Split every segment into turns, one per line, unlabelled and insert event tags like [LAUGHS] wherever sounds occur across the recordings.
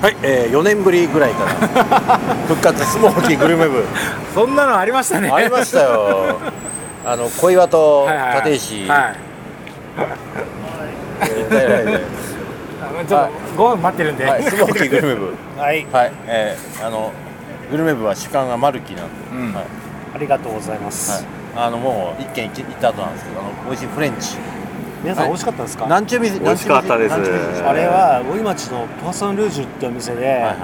はい、えー、4年ぶりぐらい
[LAUGHS]
から復活スモーキーグルメ部
そんなのありましたね
ありま
[LAUGHS]
したよあの小岩と
はいはいは
立
い
石
はい
えー大来で
あのちょっと5分待ってるんで、
はい、スモーキーグルメ部
[LAUGHS] はい、
はい、えー、あのグルメ部は主観がマルキーなんで、
うん
はい
ありがとうございます。
はい、あのもう一軒行った後なんですけどあの美味しいフレンチ
皆さん、
はい
美味しかったですか。
南中水
美味しかったです
南中水
えー
あれは大井町のポワソンルージュってお店で、
はいはい
えっと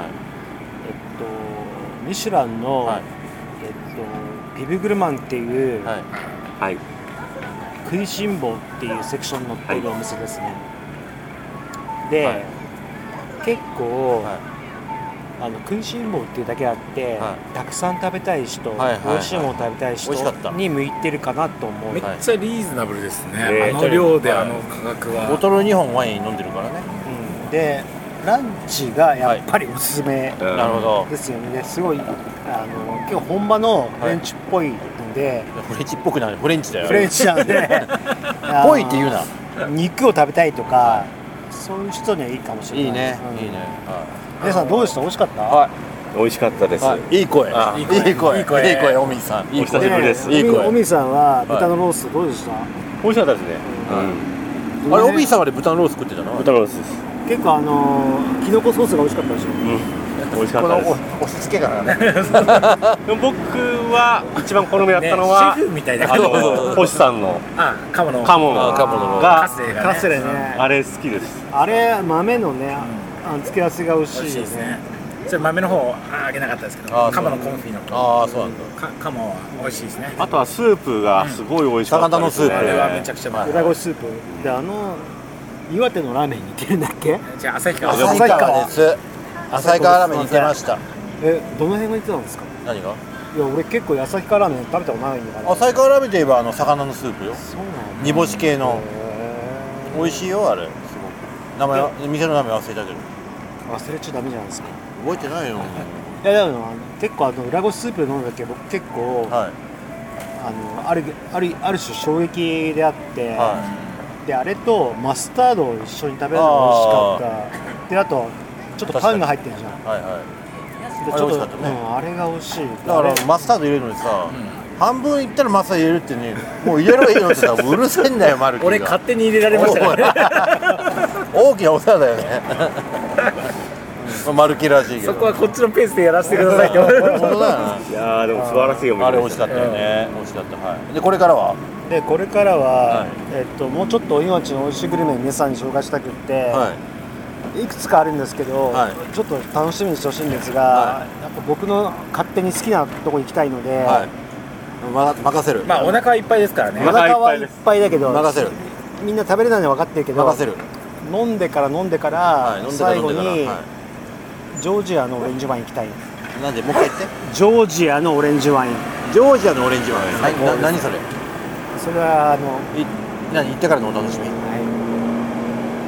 ミシュランの、
はい
えっとビビグルマンっていう、
はい
はい、
食いしん坊っていうセクションのってるお店ですね。で、
はい
結構、
はい
あの食いしん坊っていうだけあって、
は
たくさん食べたい人、
はいはいはい
美味しいもの食べたい人
美味しかった
に向いてるかなと思う。
めっちゃリーズナブルですね、
はい
あの量で
はい
あの価格は、
ボトル2本ワイン飲んでるからね、
うんでランチがやっぱりおすすめ
うん
なるほど
ですよね、すごいあの今日本場のフレンチっぽいので、
フレンチっぽくないフレンチだよ
フレンチなんで
っ [LAUGHS] ぽいって言うな
あの肉を食べたいとかそういう人にはいいかもしれない
いいね、
うん
いいね、はい
皆さんどうでした美味しかった、
は
美味しかったです。
い、いい声
あ
いい声いい声
いい声
おみさんいい
お久しぶりです
いい声
おみさんは豚のロースどうでした、
美味しかったですね。
あれおみさんはあれ豚のロース食ってたの
うん、豚ロースです。
結構あのーキノコソースが美味しかったでしょ
美味しかったです。
押し付けからね
でも僕は一番好みだった
ね、シ
のは、
ェフみたいな
あ
感じ
の星さんの
あカモの
カモン
あカモの
が
カスレがね
カスレね
あれ好きです。
あれ豆のね、あの付け合わせが美味しい
美
よ
味しいです
ね
ねそれ豆の方あげなかったですけ
あ
ど
ー
カモのコンフィの方
ああそうなんだ
かカモは美味しいですね
あとはスープがすごい美味しかったです、ね。
うん
あれはめちゃくちゃうまい
豚越しスープであの岩手のラーメンに似てるんだっけ
じゃあ旭川
旭
旭
川
川
です旭川ラーメンに行けました
えどの辺が似てたんですか
何が
いや俺結構旭川ラーメン食べたことないのかな
旭川ラーメンといえばあの魚のスープよ
そうなんだ
煮干し系の
へー
美味しいよあれすごく名前は店の名前忘れたけど
忘れちゃダメじゃないですか
覚えてないよ
いやでもあの結構あの裏ごしスープ飲んだけど僕結構、
はい
あのあるあるある種衝撃であって、
は
であれとマスタードを一緒に食べるのが美味しかったであとちょっとパンが入ってるじゃん
いはいは
で
あれ美
ちょっ
味
と
しかったね
うん、あれが美味しい
いだか
あれ
らマスタード入れるのにさ半分いったらマスタード入れるってねもう入れろ入れろってさうるせえんだよマルキーが
俺勝手に入れられましたからね
大きなお世話だよねうんマルキーらしいけど
そこはこっちのペースでやらせてくださいって言われる
本
[LAUGHS]
当だよね
いやーでも素晴らしいお店
あ
でしたね
れ美味しかったよね、美味しかったはいでこれからは
でこれからは、
はい
えっと、もうちょっとお命の美味しいグルメを皆さんに紹介したくって、
い
い、くつかあるんですけど、
はい
ちょっと楽しみにしてほしいんですが、
は
やっぱ僕の勝手に好きなとこ行きたいので、
はいま任せる、
まあお腹はいっぱいですからね
お腹はいっぱいだけど
任せる
みんな食べれないのは分かってるけど
任せる、
飲んでから飲んでから、
はい、飲んでから
最
飲ん
後
で
に、
から、
ジョージアのオレンジワイン行きたい
い、なんでもう一回言って
ジョージアのオレンジワイン
ジョージアのオレンジワイン、
最高
な何それい
それはあの、
何行ってからのお楽しみ
はい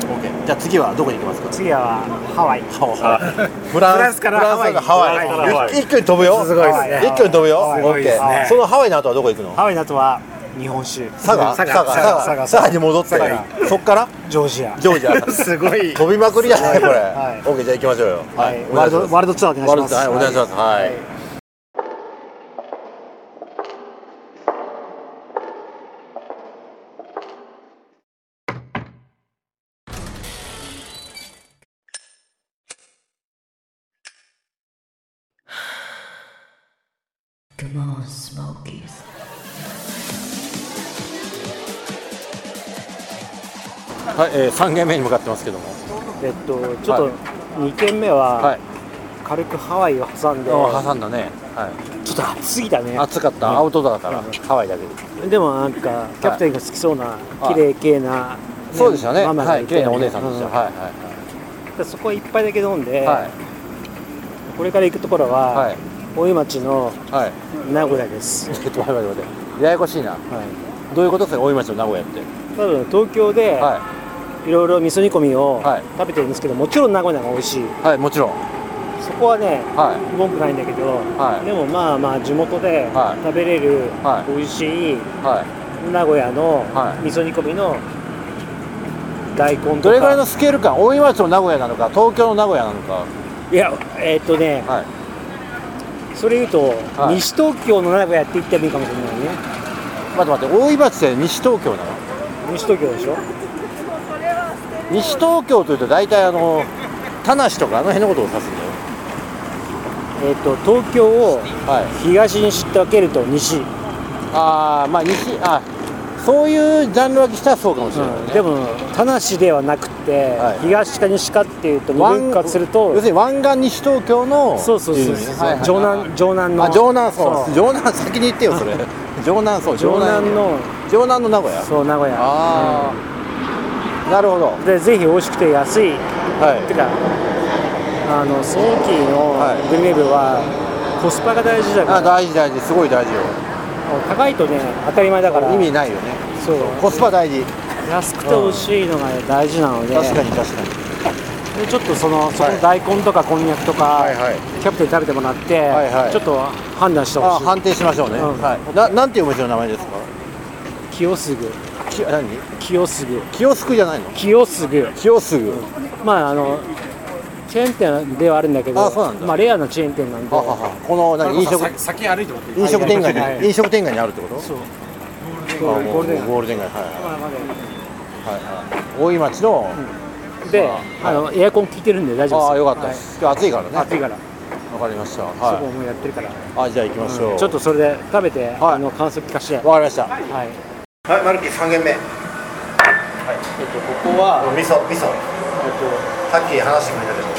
OK じゃあ次はどこに行きますか
次はハワイ
ハワイフ
フランスから
フランスからハワイ
ハ
ワイ
一一挙に飛ぶよ
すごいですね
一挙に飛ぶよ
す
ごいですね
OK そのハワイの後はどこ行くの
ハワイの後は日本酒
佐賀
佐賀
佐賀
佐賀
佐
佐
賀
賀
佐賀に戻って
佐賀
そっから
ジョージア
ジョージア
すご [LAUGHS] い
飛びまくりじゃないこれ、
はい
オッケーじゃあ行きましょうよ
はい、
お
ワ
願いし
ールド
ます
ワールドツアーでお願いします。
はいお願いしますはい、
Come on, Smokies.
はいえー、3軒目に向かってますけども
えっとちょっと二軒目は
はい
軽くハワイを挟んで、
あー挟んだね、はい、
ちょっと暑すぎたね。
暑かった、
うん
アウトドアだから、
うん
ハワイだけで
でもなんかキャプテンが好きそうな
はい
綺麗系な、ね
そうでしたね
ママが
はいい綺
て
麗なお姉さんでした、
う
はい
でそこは一杯だけ飲んで、
はい
これから行くところは、
はい
大井町の
はいはい
名古屋です。
ちょっと待って待って待ってややこしいな
はい。
どういうことですか大井町の名古屋って
多分東京で
はい
ろいろ味噌煮込みを
はい
食べてるんですけど、もちろん名古屋が美味しい。
いはいもちろん
そこはね
は
文句ないんだけど、
はい
でもまあまあ地元で
はい
食べれる
はい
美味しい
いは
名古屋の
はい
味噌煮込みの大根とか、
いどれぐらいのスケール感大井町の名古屋なのか東京の名古屋なのか
いやえーっとね、
はい
それ言うと、
はい
西東京の中やっていってもいいかもしれないね
待って待って大井町って西東京なの
西東京でしょ
西東京というと大体あの田無とかあの辺のことを指すんだよ
えーっと東京を
はい
東に知って分けると西、
ああまあ西あそういうジャンル分けしたらそうかもしれない、ね
うんでも田無ではなくて、
はい
東か西かっていうと二
湾
分割すると
要するに湾岸西東京の
そうそうそうそう、
ってい意味ねはいはいはい
城南城南の
あ城南そう
そう
城南先に言ってよ
[LAUGHS]
それ城南そう
城南の
城南の名古屋
そう名古屋
ああなるほど
うんでぜひ美味しくて安い
はい
てかあのソニーキーの
はい
グルメ部はコスパが大事だか
あ
ら、
大事大事すごい大事よ
高いとね当たり前だから
意味ないよね
そう
コスパ大事
安くて美味しいのが大事なので
確かに確か
で
に
ちょっとそのそこの大根とかこんにゃくとか、
はい
キャプテンに食べてもらって、
はいはい
ちょっと判断して
あ
ほしい
判定しましょうね、
うん
はいななんていうお店の名前ですか
清すぐ
き何
清すぐ
清すくじゃないの
清すぐ
清すぐ、
まああのチェーン店ではあるんだけど
あそうなんだ
まあ、レアなチェーン店なんで
はははこの何飲食
先歩いてもらっていい
飲食店街に、
はい
飲食店街にあるってこと
そう
あもう
ゴールデン
ゴールデン街はいはい
まあまあ
はいはい大井町の、
で、あのエアコン効いてるんで大丈夫
ああ
です
よかったです、今日暑いからね
はい暑いから、
わかりました
そこ
は
もうやってるから、
いあじゃあ行きましょう、
うんちょっとそれで食べて、
はい
あの感想聞かせて、はい
わかりましたはい
えっ
マルキ3軒目味
とここは、
噌味噌
えっと
さっき話してくれたけど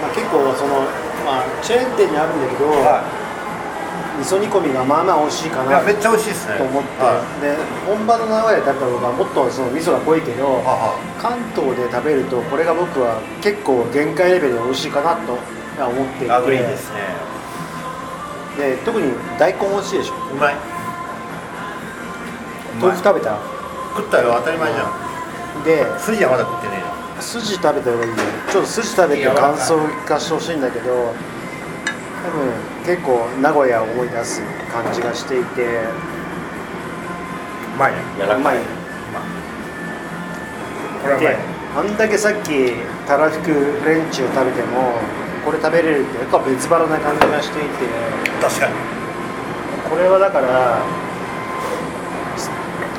まあ、結構その、まあ、チェーン店にあるんだけど、味噌煮込みがまあまあ美味しいかな
っちゃ美味しいですね
と思って、で本場の名古屋で食べた方がもっとその味噌が濃いけど関東で食べるとこれが僕は結構限界レベルで美味しいかなと思っていて
ね
で特に大根美味しいでしょ
うまい
豆腐食べた
食ったよ当たり前じゃん
で
筋はまだ食ってねえな
筋食べた方がいいよちょっと筋食べて感想を聞かせてほしいんだけど多分結構名古屋を思い出す感じがしていて
うまいね
やら
う
か
ま
い
い
これはうまい
であんだけさっきたらふくフレンチを食べてもこれ食べれるってやっぱ別腹な感じがしていて
確かに
これはだから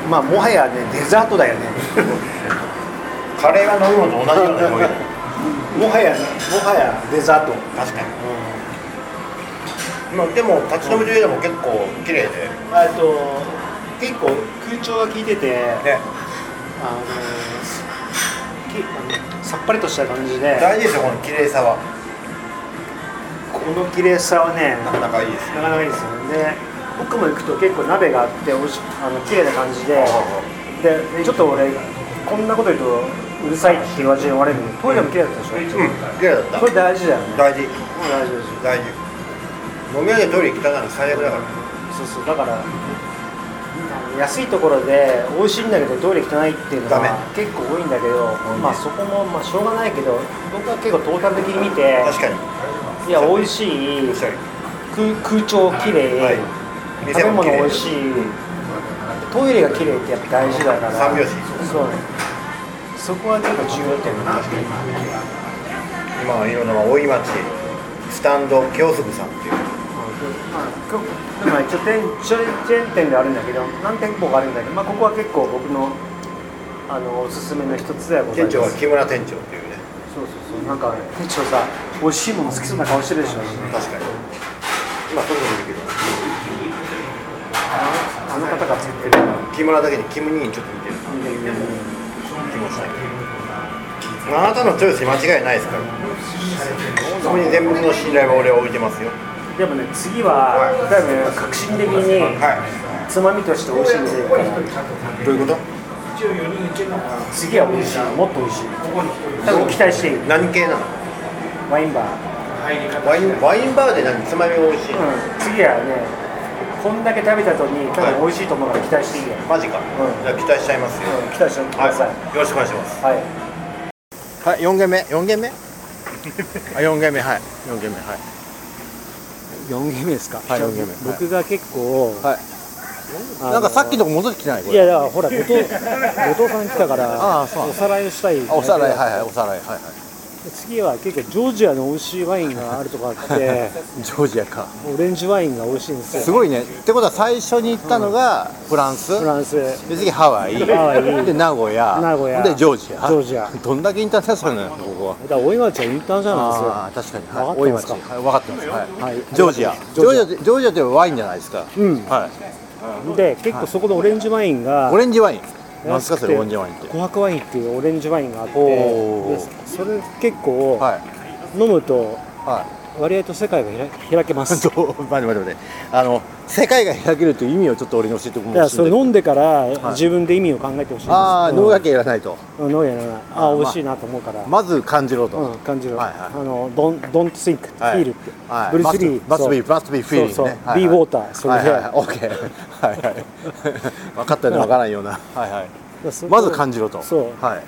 まあもはやねデザートだよね
カレーが飲むのと同じような表現
もはやもはやデザート
確かに、まあ、でも立ち飲み中でも結構綺麗で
えっと結構空調が効いてて、
ね
あのきあのさっぱりとした感じで
大事ですよこの綺麗さは
この綺麗さはね
なかなかいいです
なかなかいいですよねで奥も行くと結構鍋があっておいしあの綺麗な感じででちょっと俺こんなこと言うとうるさいって言われて言われるのトイレも綺麗だったでしょ、
うん綺麗だった
これ大事だよね
大事
大事です
大事飲み屋でトイレ行ったなら最悪だから
そうそうだからあの安いところで美味しいんだけどトイレ汚いっていうの
ダメ
が結構多いんだけど、まあそこもまあしょうがないけど僕は結構トータル的に見て
確かに
いや美味しい
確か
空空調きれい、
はい
食べ物美味し
い
いトイレがきれいってやっぱ大事だから
三拍子
そうそこは結構重要点だな
今はいるのは大井町スタンド清澄さんっていう
まあ、こでも一応店チェーンチェーン店であるんだけど何店舗かあるんだけど、まあ、ここは結構僕のあのおすすめの一つではござい
店
ます
長は木村店長っていうね
そうそうそうなんか店長さ美味しいもの好きそうな顔してるでしょ
確かに今そういうのもできる
あの方が作ってる
木村だけにキム兄にちょっと似てる気もしないあなたのチョイスに間違いないですからそこに全部の信頼は俺は置いてますよ
でもね次は多分革新的に
は
つまみとして美味しい店行くから
いどういうこと
次は美味しいもっと美味しい多分期待している
何系なの
ワインバー、
ワインワインバーで何つまみが美味しい、
うん、次はねこんだけ食べた後に多分美味しいと思うから期待していいよ、
マジか、
うん
じゃあ期待しちゃいますよ、
うん、期待してください、
よろしくお願いします
はい
はい4軒目4軒目 [LAUGHS] あ4軒目はい4軒目はい
4軒目ですか、
はい四軒目はい
僕が結構、
はい
あの
なんかさっきのとこ戻ってきてないこ
い
れ
やだからほ
[LAUGHS]
ら後藤後藤さん来たから
あーそうなん
お
だ
さらいをしたい
あおさらいはいはいおさらいはいはい
次は結構ジョージアの美味しいワインがあるとかあって
[LAUGHS] ジョージアか
オレンジワインが美味しいんです
[LAUGHS]
よ
すごいねってことは最初に行ったのがフランス、
フランス
で次ハワイ
ハワイ
で名古屋
名古屋
でジョージア
ジョージア
[LAUGHS] どんだけインターナショナルなのここは
だから大井町はインターナショナルなんですよ
ああ確かに、はい、大井
分かっ
町、
て
は
ま
い、
す
分かってます、はい
はい
ジョージアジ
ジ
ョー
ョー
ジ
ジ
ア
ア
ってジョージアってワインじゃないですか、
うん
は
で結構そこのオレンジワイン
い、
が
オレンジワイン何です
安
か
く
そ
て
れオレンジワインって
琥珀ワインっていうオレンジワインがあって
おー
でそれ結構
はい
飲むと
はい [LAUGHS]
割合と世界が開開けます
ちょっと待って待って待ってあの世界が開けるという意味をちょっと俺に教えても
いやそれ飲ん
で
でから自分で意味を考えてほしいんです
ああ
うん
脳だけいらないと
うん飲むやらない
あ
あ
ー
あ美味しいなと思うから、
まず感じろと、
うん、感じる、
はいはい
あのドンドントスインクフィ
はい
ールって、
はい
ブルース・リー
must- must be- must be feeling ね
そうそう、
はいはい
ビー・ウォーターそれで、
はいはいオッケー [LAUGHS] はいはい分かったような分からないようなはいはい
そこ
まず感じろと
そう
はい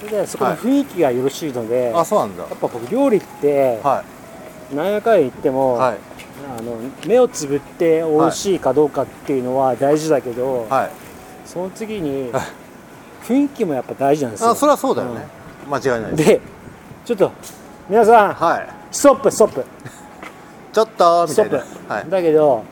それでそこの雰囲気がよろしいので、や
あ
っ
そうなんだ
ぱ僕料理って、
は
何やかんや言っても、
いはい
あの目をつぶって美味しいかどうかっていうのは大事だけど、
はい
その次に
はい
雰囲気もやっぱ大事なんですよ
あそれはそうだよね、間違いないです
でちょっと皆さん
はい
ストップストップ
ちょっとみ
スト
た
ッ
い
プ、
なはい
だけど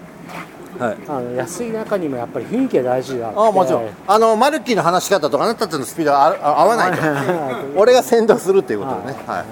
はい
あの安い中にもやっぱり雰囲気が大事だって
あもちろんあのマルキーの話し方とあなたたちのスピードはああ合わないと [LAUGHS] 俺が先導するっていうことだねはい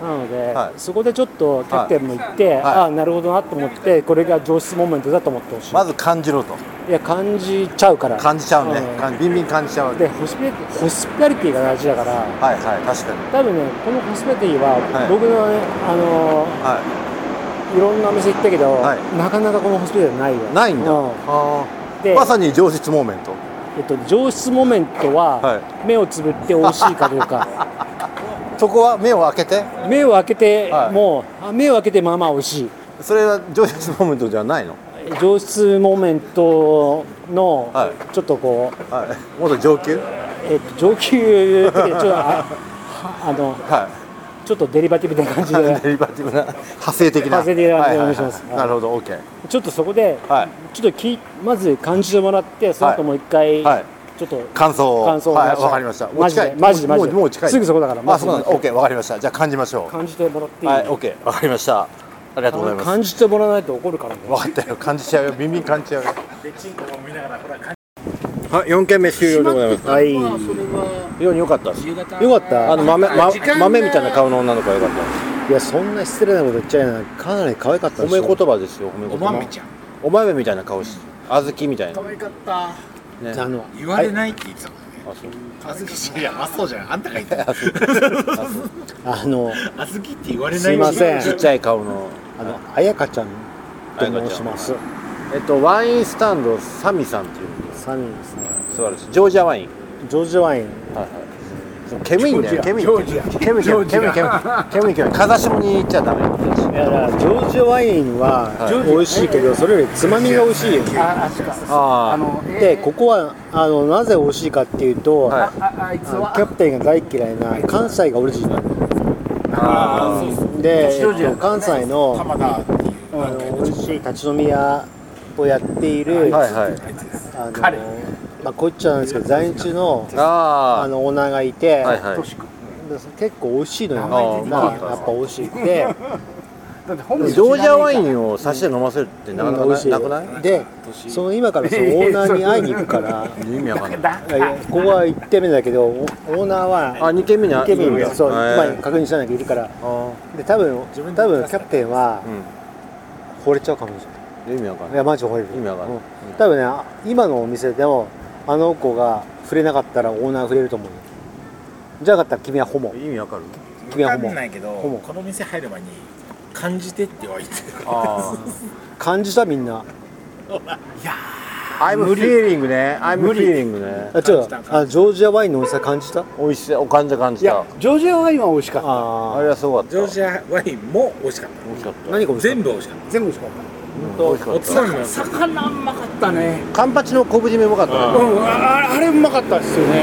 なので、
はい
そこでちょっとキャプテンも行って、ああなるほどなと思ってこれが上質モーメントだと思ってほしい、
まず感じろと
いや感じちゃうから
感じちゃうね、
ん
感ビンビン感じちゃうね
でホスピホスピタリティが大事だから
はいはい確かに
多分ねこのホスピタリティは、
はい
僕のねあのー
はい
ろんなお店行ったけど、
はい
なかなかこのホスピタリティはないよ
いないんだ、
う
あ
で
ーまさに上質モーメント
えっと、上質モメントは、
は
目をつぶって美味しいかどう
[LAUGHS]
か
そこは目を開けて
目を開けて、
はい
もうあ目を開けてまあまあ美味しい
それは上質モーメントじゃないの
上質モメントの、
は
ちょっとこう
はいもっと上級
えっと、上級的にちょっとあ [LAUGHS] あの
は
ちょっとデリバティブな感じ
い
で
デリバティブな派生的な
派生的な
はいはい
お願いします
はいなるほど OK
ちょっとそこで、
はい
ちょっときまず感じてもらってその後もう一回、
はい
ちょっと
感想を
感想をお
はい
願いします
わかりましたもう
マジで
近い
マジで
もう
マジで
もう近い
すぐそこだから
あ
マジ
そう
で
なんだ OK わかりましたじゃあ感じましょ
感じてもらって
う
いい、
はい OK わかりましたありがとうございます
感じてもらわないと怒るからね
分かったよ感じちゃうよビンビン感じちゃうよはい、4軒目終了でございます。はい。非常に良かったです。
夕方
良かった。あの豆、ま
時間が
豆みたいな顔の女の子が良かった。
いやそんな失礼なこと言っちゃいないかなり可愛かった
褒め言葉ですよ、褒め
お
言葉。
豆ちゃん
お豆みたいな顔し、小豆みたいな。
可愛かった
ね。
あの
言われないって言ってたもんね
あそう
あずきちゃんいやまあそうじ [LAUGHS] ゃんあんたが言った
あの
あずきって言われない
すいません
ちっちゃい顔の。
あの彩香ちゃん
あやかちゃん
と申します
えっと、ワインスタンド、サミさんっていうのが
サミーですね
素晴らしい。ジョージアワイン。
ジョージワイン
煙いんだよ、煙い。煙い、煙い、煙い、煙い、煙い、煙い。風下に行っちゃダメ。
いやだからジョージワインは美味しいけどそれよりつまみが美味しいよね
あ確か
ああ。
でここはあのなぜ美味しいかっていうと、
はい
ああいつ
あのキャプテンが大嫌いな関西がオリジナル
あー
で、えっと関西の
浜田っていう
あの美味しい立ち飲み屋をやっている、
はいはい。
あの
彼
まあ、こう言っちゃうんですけど在日のあ
あ
のオーナーがいて、
あ。はいはい。
で結構美味しいのよ、
あー
まあ、
まあ
やっぱ美味しくて
ジョージアワインを差しで飲ませるってなかなか
美
な
味しい
なくない
でその今か
[LAUGHS]
らそのオーナーに会いに行くから
意味わかんない。
いやここは1軒目だけどオーナーは
あ、二軒目に
1軒目にそう
へ
まあ
ー
確認しないといるから
あ
で多分多分キャプテンは
ー
惚れちゃうかもしれない。
うん。意味わかん
い
ない。
やマジ惚れる
意味わかんない
うん多分ねあ今のお店でもあの子が触れなかったらオーナー触れると思うよじゃなかったら君はホモ
意味わかる。
君
わ
は
か
ホモ
んないけど
ほぼ
この店入る前に感じてって言われて
あ
感じたみんな
あ。I'm feeling ね。I'm feeling ね。
あちょっ
感じ
と
た
あジョージアワインのおいしさ感じた
美味しい。お感じ感じた。
ジョージアワインは美味しかった
あ
あれはすごかった。
ジョージアワインも美味しかっ
美味しかった。
あ何か
た全部美味しかっ
全部美味しかった
うん美味しか
たお
っ
つまみも魚うまかったね
た。カンパチの昆布締めうまかったね。
うんああれうまかったっすよね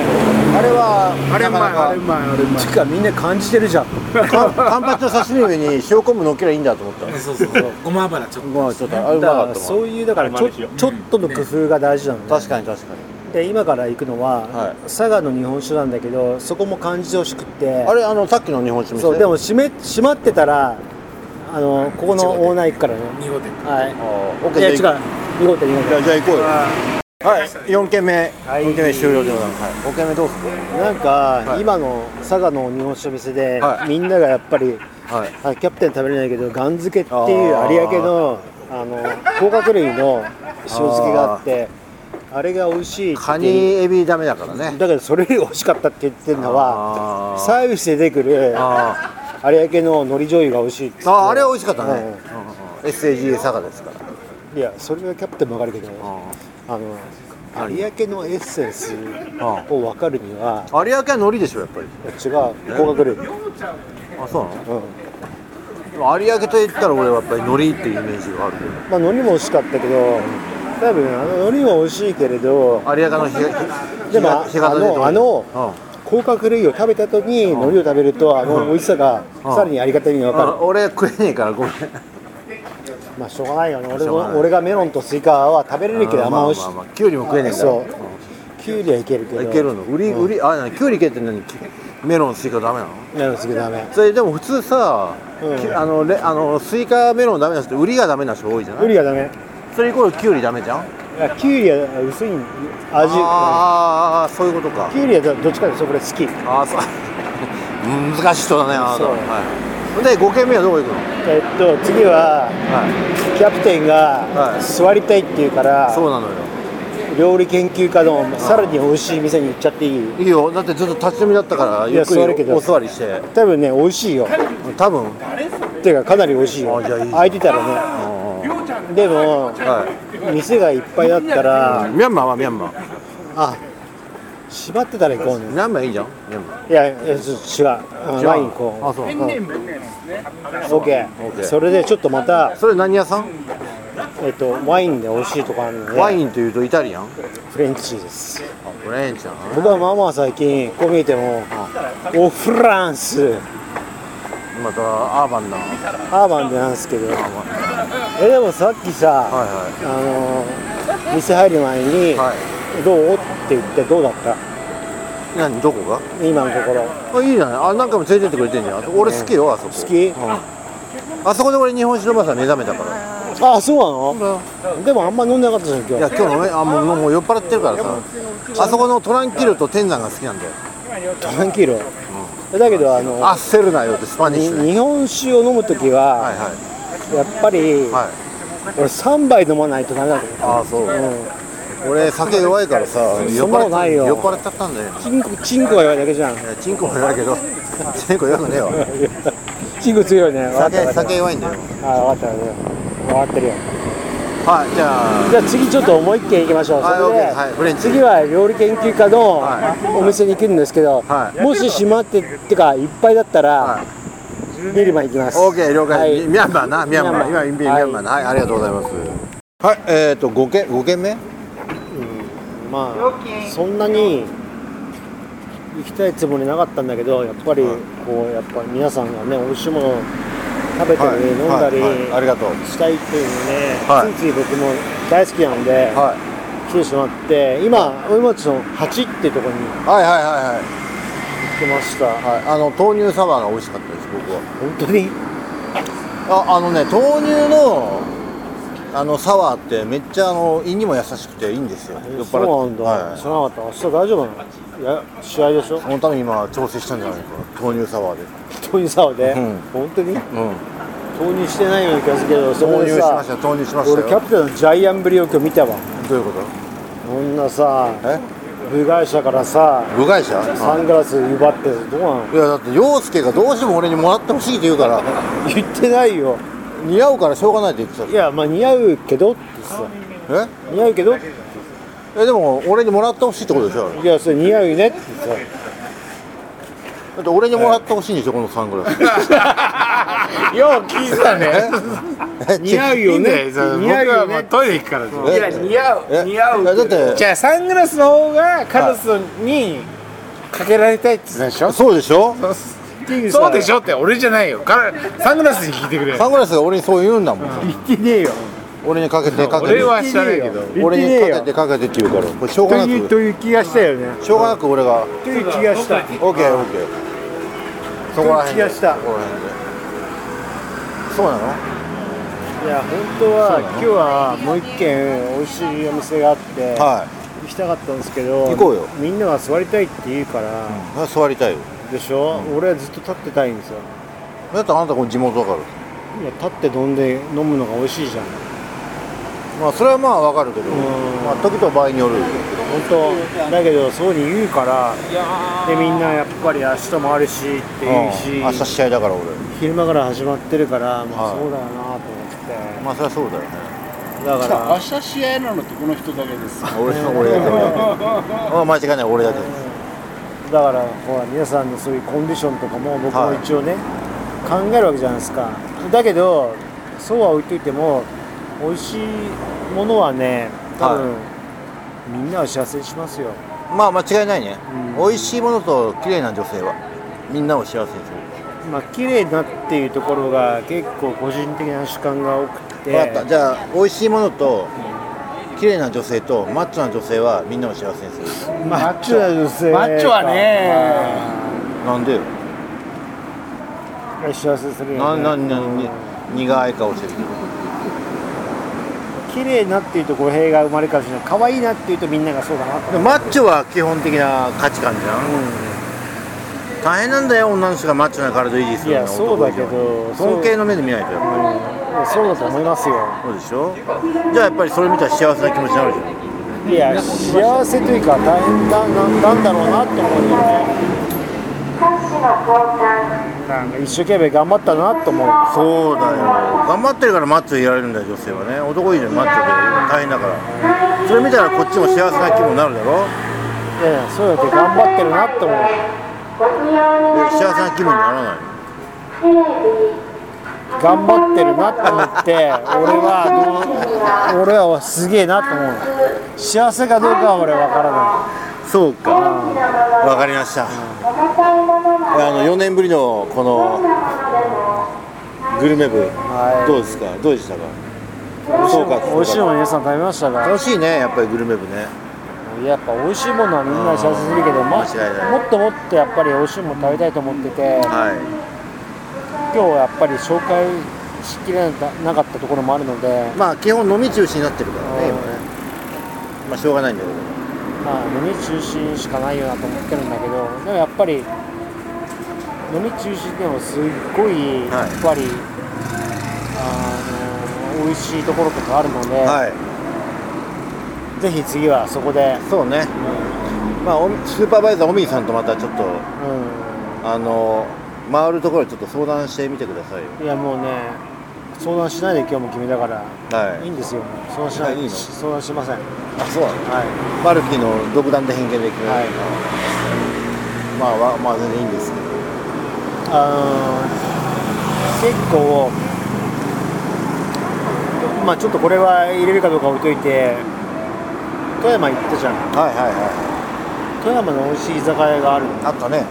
あれは
あれうまい
なかなか
あれうまいあれうまい
てかみんな感じてるじゃん
カンカンパチの刺身の上に塩昆布乗っけりゃいいんだと思った。
そうそうそうごま油ちょっと
まあちょっとあれうま
だか
かっ
ら
たわ
そういうだからちょちょっとの工夫が大事なのね
確かに確かに。
で今から行くのは、
はい
佐賀の日本酒なんだけどそこも感じてほしくって
あれあのさっきの日本酒店
そうでも閉め閉まってたらあのここのオーナー行くからね
日本で
は
あーオッ
い
ケ
いや
ー
違う
じゃあ
2号店2号
じゃあ行こうよはい4軒目4軒目終了でございます、はい、5軒目どうする
店なんか、今の佐賀の日本酒店で、
はい
みんながやっぱ
は
り
い
あキャプテン食べれないけどガン漬けっていう
あー
有明のあの甲殻類の塩漬けがあってあれが美味しいって
カニエビダメだからね
だけどそれより美味しかったって言ってるのは
あー
サービスで出てくる
あ
有明の海苔醤油が美味しいって
ーあーあれは美味しかったね、
はい
うんうんうん SAGA 佐賀ですから
いやそれはキャプテンも分かるけどあの
何
有明のエッセンスを分かるには
有明は海苔でしょやっぱり
いや違う甲殻類、うん、
あそうなのでも有明と言ったら俺はやっぱり海苔っていうイメージがあるけ
まあ海苔も美味しかったけど多分あの海苔も美味しいけれど
ど有明の日
でも
日が日が
あのあの
うんあ
甲殻類を食べた後に海苔を食べるとあの美味しさが
うん
さらにありがたみが分かる
俺食えねえからごめん
まあしょうがないよね俺
しょうがない
も俺がメロンとスイカは食べれるけどあんま美味し
あまあまあまあきゅうりも食えねえから
そうキュウリはいけるけど
いけるの売り売りあ何きゅうりいけって何きメロンスイカダメなの
なるすぐダメ
それでも普通さ、
うん
きあのレあのスイカメロンダメな人って売りがダメな人多いじゃない
ウリはダメ
それイコールきゅうりダメじゃん
いやキュウリは薄いん味
あーあーあーそういうことか
キュウリはどどっちかでしょこれ好き
ああそう [LAUGHS] 難しい人だねあなた
そう
はいで5軒目はどこ行くの
えっと次は
はい
キャプテン
は
が
い
座りたいっていうから
そうなのよ
料理研究家のさらに美味しい店に行っちゃっていい
いいよだってずっと立ち読みだったから
い
ゆ
や
っくり
座るけど
お座りして
多分ね美味しいよ
多分
っていうかかなり美味しいよ
あじゃあいい
空いてたらねでも
は
店がいっぱいだったら
いミャンマーはミャンマー
あ閉まってたら行こう
ミ
ね
ャンマーいいじゃんミャンマー
いやいやちょっと違ううんワイン行
あ
こ
そう
ううんオッケ
ケー
ーそれでちょっとまた、
それ何屋さん
えっと、ワインで美味しいとこあるので
ワインというとイタリアン
フレンチです
あフレンチだな
僕はまあまあ最近こう見えてもオフランス
またアーバンな
アーバンでなんですけど
バン
えでもさっきさ、
は
あのー店入る前に
いはいは
「どう?」って言ってどうだった
い何どこが
今のところ
あいいじゃないあ何回も連れてってくれてんじゃんあそこ俺好きよあそこ
好き、
あそこで俺日本酒のまさ目覚めたから
あそうなのでもあんま飲んでなかったじゃん今
い
日
や今日飲めあもうもう酔っ払ってるからさあそこのトランキルと天山が好きなんだよ
トランキーロ、だけどあの
あっせるなよってスパニッ
に
シュね
日本酒を飲む
は
時
い
は、
はい
やっぱり、
はい
俺3杯飲まないとダメだと思
ああそう、俺酒弱いからさ
そんなことないよ
酔っ払っちゃったんだよ
うチンコチンコが弱いだけじゃん
いやチンコも弱いけど [LAUGHS] チンコ弱くねえわ
チンコ強いね分かっ
酒
た分かっ
酒弱いんだよ
たあ分かった分かってるよ
はいじゃあ
じゃあ次ちょっともう一軒行きましょう
はい
それで、
OK はいフレンチ
次は料理研究家の
は
お店に行くんですけど、
はい
もし閉まってってかいっぱいだったら、
はい
ビルマン行きます
オーケー了解、
はい
ミャンマーなミャンマー
ミャンマー
今ミャンマーなはい、ありがとうございますはいえっ、ー、と5軒5軒目
まあそんなに行きたいつもりなかったんだけどやっぱり
はい
こうやっぱ皆さんがね美味しいものを食べたり、飲んだり
はいはいありがとう
したいっていうのね、
はい
ついつい僕も大好きなんで、
はい
来てしまって今大井町の8っていうところに
はいはいはいはい
行ってました本
はい、あの豆乳サワーが美味しかったです僕は
当に
ああのね豆乳のあのサワーってめっちゃあの胃にも優しくていいんですよ酔っ払って
そうなんだ、知
は
らなかった明日大丈夫なのいや試合でしょ
い、そのために今調整したんじゃないかな豆乳サワーで
豆乳サワーで、
うん
本当に
うん
豆乳してないような気がするけどそこ
豆乳
で
しま
さ
した豆乳しました
俺
よ
キャプテンのジャイアンぶりを今日見たわ
どういうこ
こんなさ
とえ
部外者からさ
部外者
サングラス奪ってどうなの
いやだって陽介がどうしても俺にもらってほしいって言うから
言ってないよ
似合うからしょうがないって言ってた
いやまあ似合うけどってさ
え
似合うけど
えでも俺にもらってほしいってことでしょ
いやそれ似合うよねってさ
だって俺にもらってほしいんでしょこのサングラス
よう聞いてたね似合うよね
じゃあ
似合うよ
僕はまあ
ね
トイレ行くから
いや似合
え
う似合う
いやだっ
けど
て
じゃあサングラスの方がカルスにかけられたいって言ってたでしょ
そうでしょ
そうでしょって俺じゃないよからサングラスに聞いてくれ
サングラスが俺にそう言うんだもん
言ってねえよ
俺にかけてかけて
俺は知らないけど
俺
言ってねえ
に
よ
かけてかけてって言うからこれしょう
と
がな
いうと
く
いう気がしたよね
しょうがなく俺が OKOK
という気がした
そこら辺
気がした
そこら辺でそうなの
いや本当は今日はもう一軒美味しいお店があって
は
行きたかったんですけど
行こうよ
みんなが座りたいって言うから、
い座りたいよ
でしょ、俺はずっと立ってたいんですよ
だってあなたこの地元だから
いや立って飲んで飲むのが美味しいじゃん
まあそれはまあわかるけど
ん
まあ時と場合による
本当だけどそうに言うからでみんなやっぱり明日もあるしって言うし、
うん明日試合だから俺
昼間から始まってるから、まあ、
はい
そうだよなと思って、
まあそりゃそうだよね
だから
日試合なのってこの人だけです。
俺俺だけ [LAUGHS] まあ間違いない俺だけ
だからほら皆さんのそういうコンディションとかも僕も一応ね、考えるわけじゃないですかだけどそうは置いといても美味しいものはね多分、みんなを幸せにしますよ
まあ間違いないね
うん
美味しいものと綺麗な女性はみんなを幸せにする
まあ綺麗なっていうところが結構個人的な主観が多くて
分かったじゃあ美味しいものと綺麗な女性とマッチョな女性はみんなを幸せにする
マッチョな女性
マッチョはね。
なんでよ
まあ幸せする
な
よ、ね、
ななに苦い顔してるけど
綺麗なっていうと語弊が生まれるかもしれない可愛いなっていうとみんながそうだなと
でもマッチョは基本的な価値観じゃん、大変なんだよ女の人がマッチョな体維持するの
いやそうだけど
男以上に尊敬の目で見ないとやっぱ
うんそうだと思いますよ
りそうでしょじゃあやっぱりそれ見たら幸せな気持ちになるじゃん
いや幸せというか大変だななんだろうなって思うよねなんか一生懸命頑張ったなと思う
そうだよ頑張ってるからマッチョやれるんだよ女性はね男以上にマッチョで大変だからそれ見たらこっちも幸せな気分になるだろ
いやいやそうだけど頑張ってるなって思う
で幸せな気分にならない
頑張ってるなって思って俺はどう俺はすげえなと思う幸せかどうかは俺は分からな
そうかわかりましたあの4年ぶりのこのグルメ部、どうですかどうでしたか
い
そうか
美味しいもの皆さん食べましたか
楽しいねやっぱりグルメ部ね
やっぱ美味しいものはみんな幸せするけど、まあ、
間違いない
もっともっとやっぱり美味しいもの食べたいと思ってて、
は
今日はやっぱり紹介しきれなかったところもあるので、
いまあ基本飲み中止になってるから
うん
ね今ねまあしょうがないんだけど
まあ、飲み中心しかないよなと思ってるんだけどでもやっぱり飲み中心でもすっごいやっぱり、あの美味しいところとかあるので、
はい
ぜひ次はそこで、
そうねまあおスーパーバイザーおみーさんとまたちょっとあの回るところちょっと相談してみてくださいよ
うん、いやもうね相談しないで今日も決めたから
はい
い
い
んですよ相談しない
いいの
相談しませんは
あそうなの
い
マルキーの独断で偏見で決める、
はい
まあわまあ全然いいんですけど
あの結構まあちょっとこれは入れるかどうか置いといて富山行ったじゃん
はいはいは
富山の美味しい居酒屋があるの
いあったね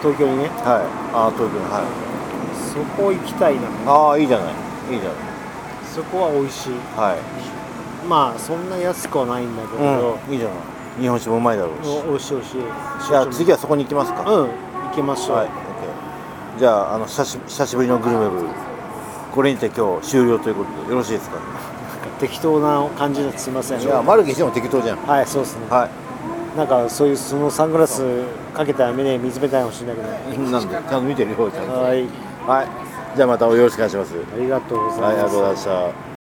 東京にね
はいああ東京はい
そこ行きたいな
ああいいじゃないいいじゃない
そこは美味しい
はい
まあそんな安くはないんだけど、
うんいいじゃない日本酒もうまいだろうし
お美味しい美味しい
じゃあ次はそこに行きますか、
うん行きましょう、
はい OK じゃああの久し久しぶりのグルメ部これにて今日終了ということでよろしいですか
適当な感じですいません
いやマルキーしても適当じゃん
はいそうですね
は
なんかそういうそのサングラスかけた目で見つめたいかもしれないけど
いなんでちゃんと見てるよちゃんと
はい
はいじゃあまたよろしくお願いします
ありがとうございます、
はいありがとうございました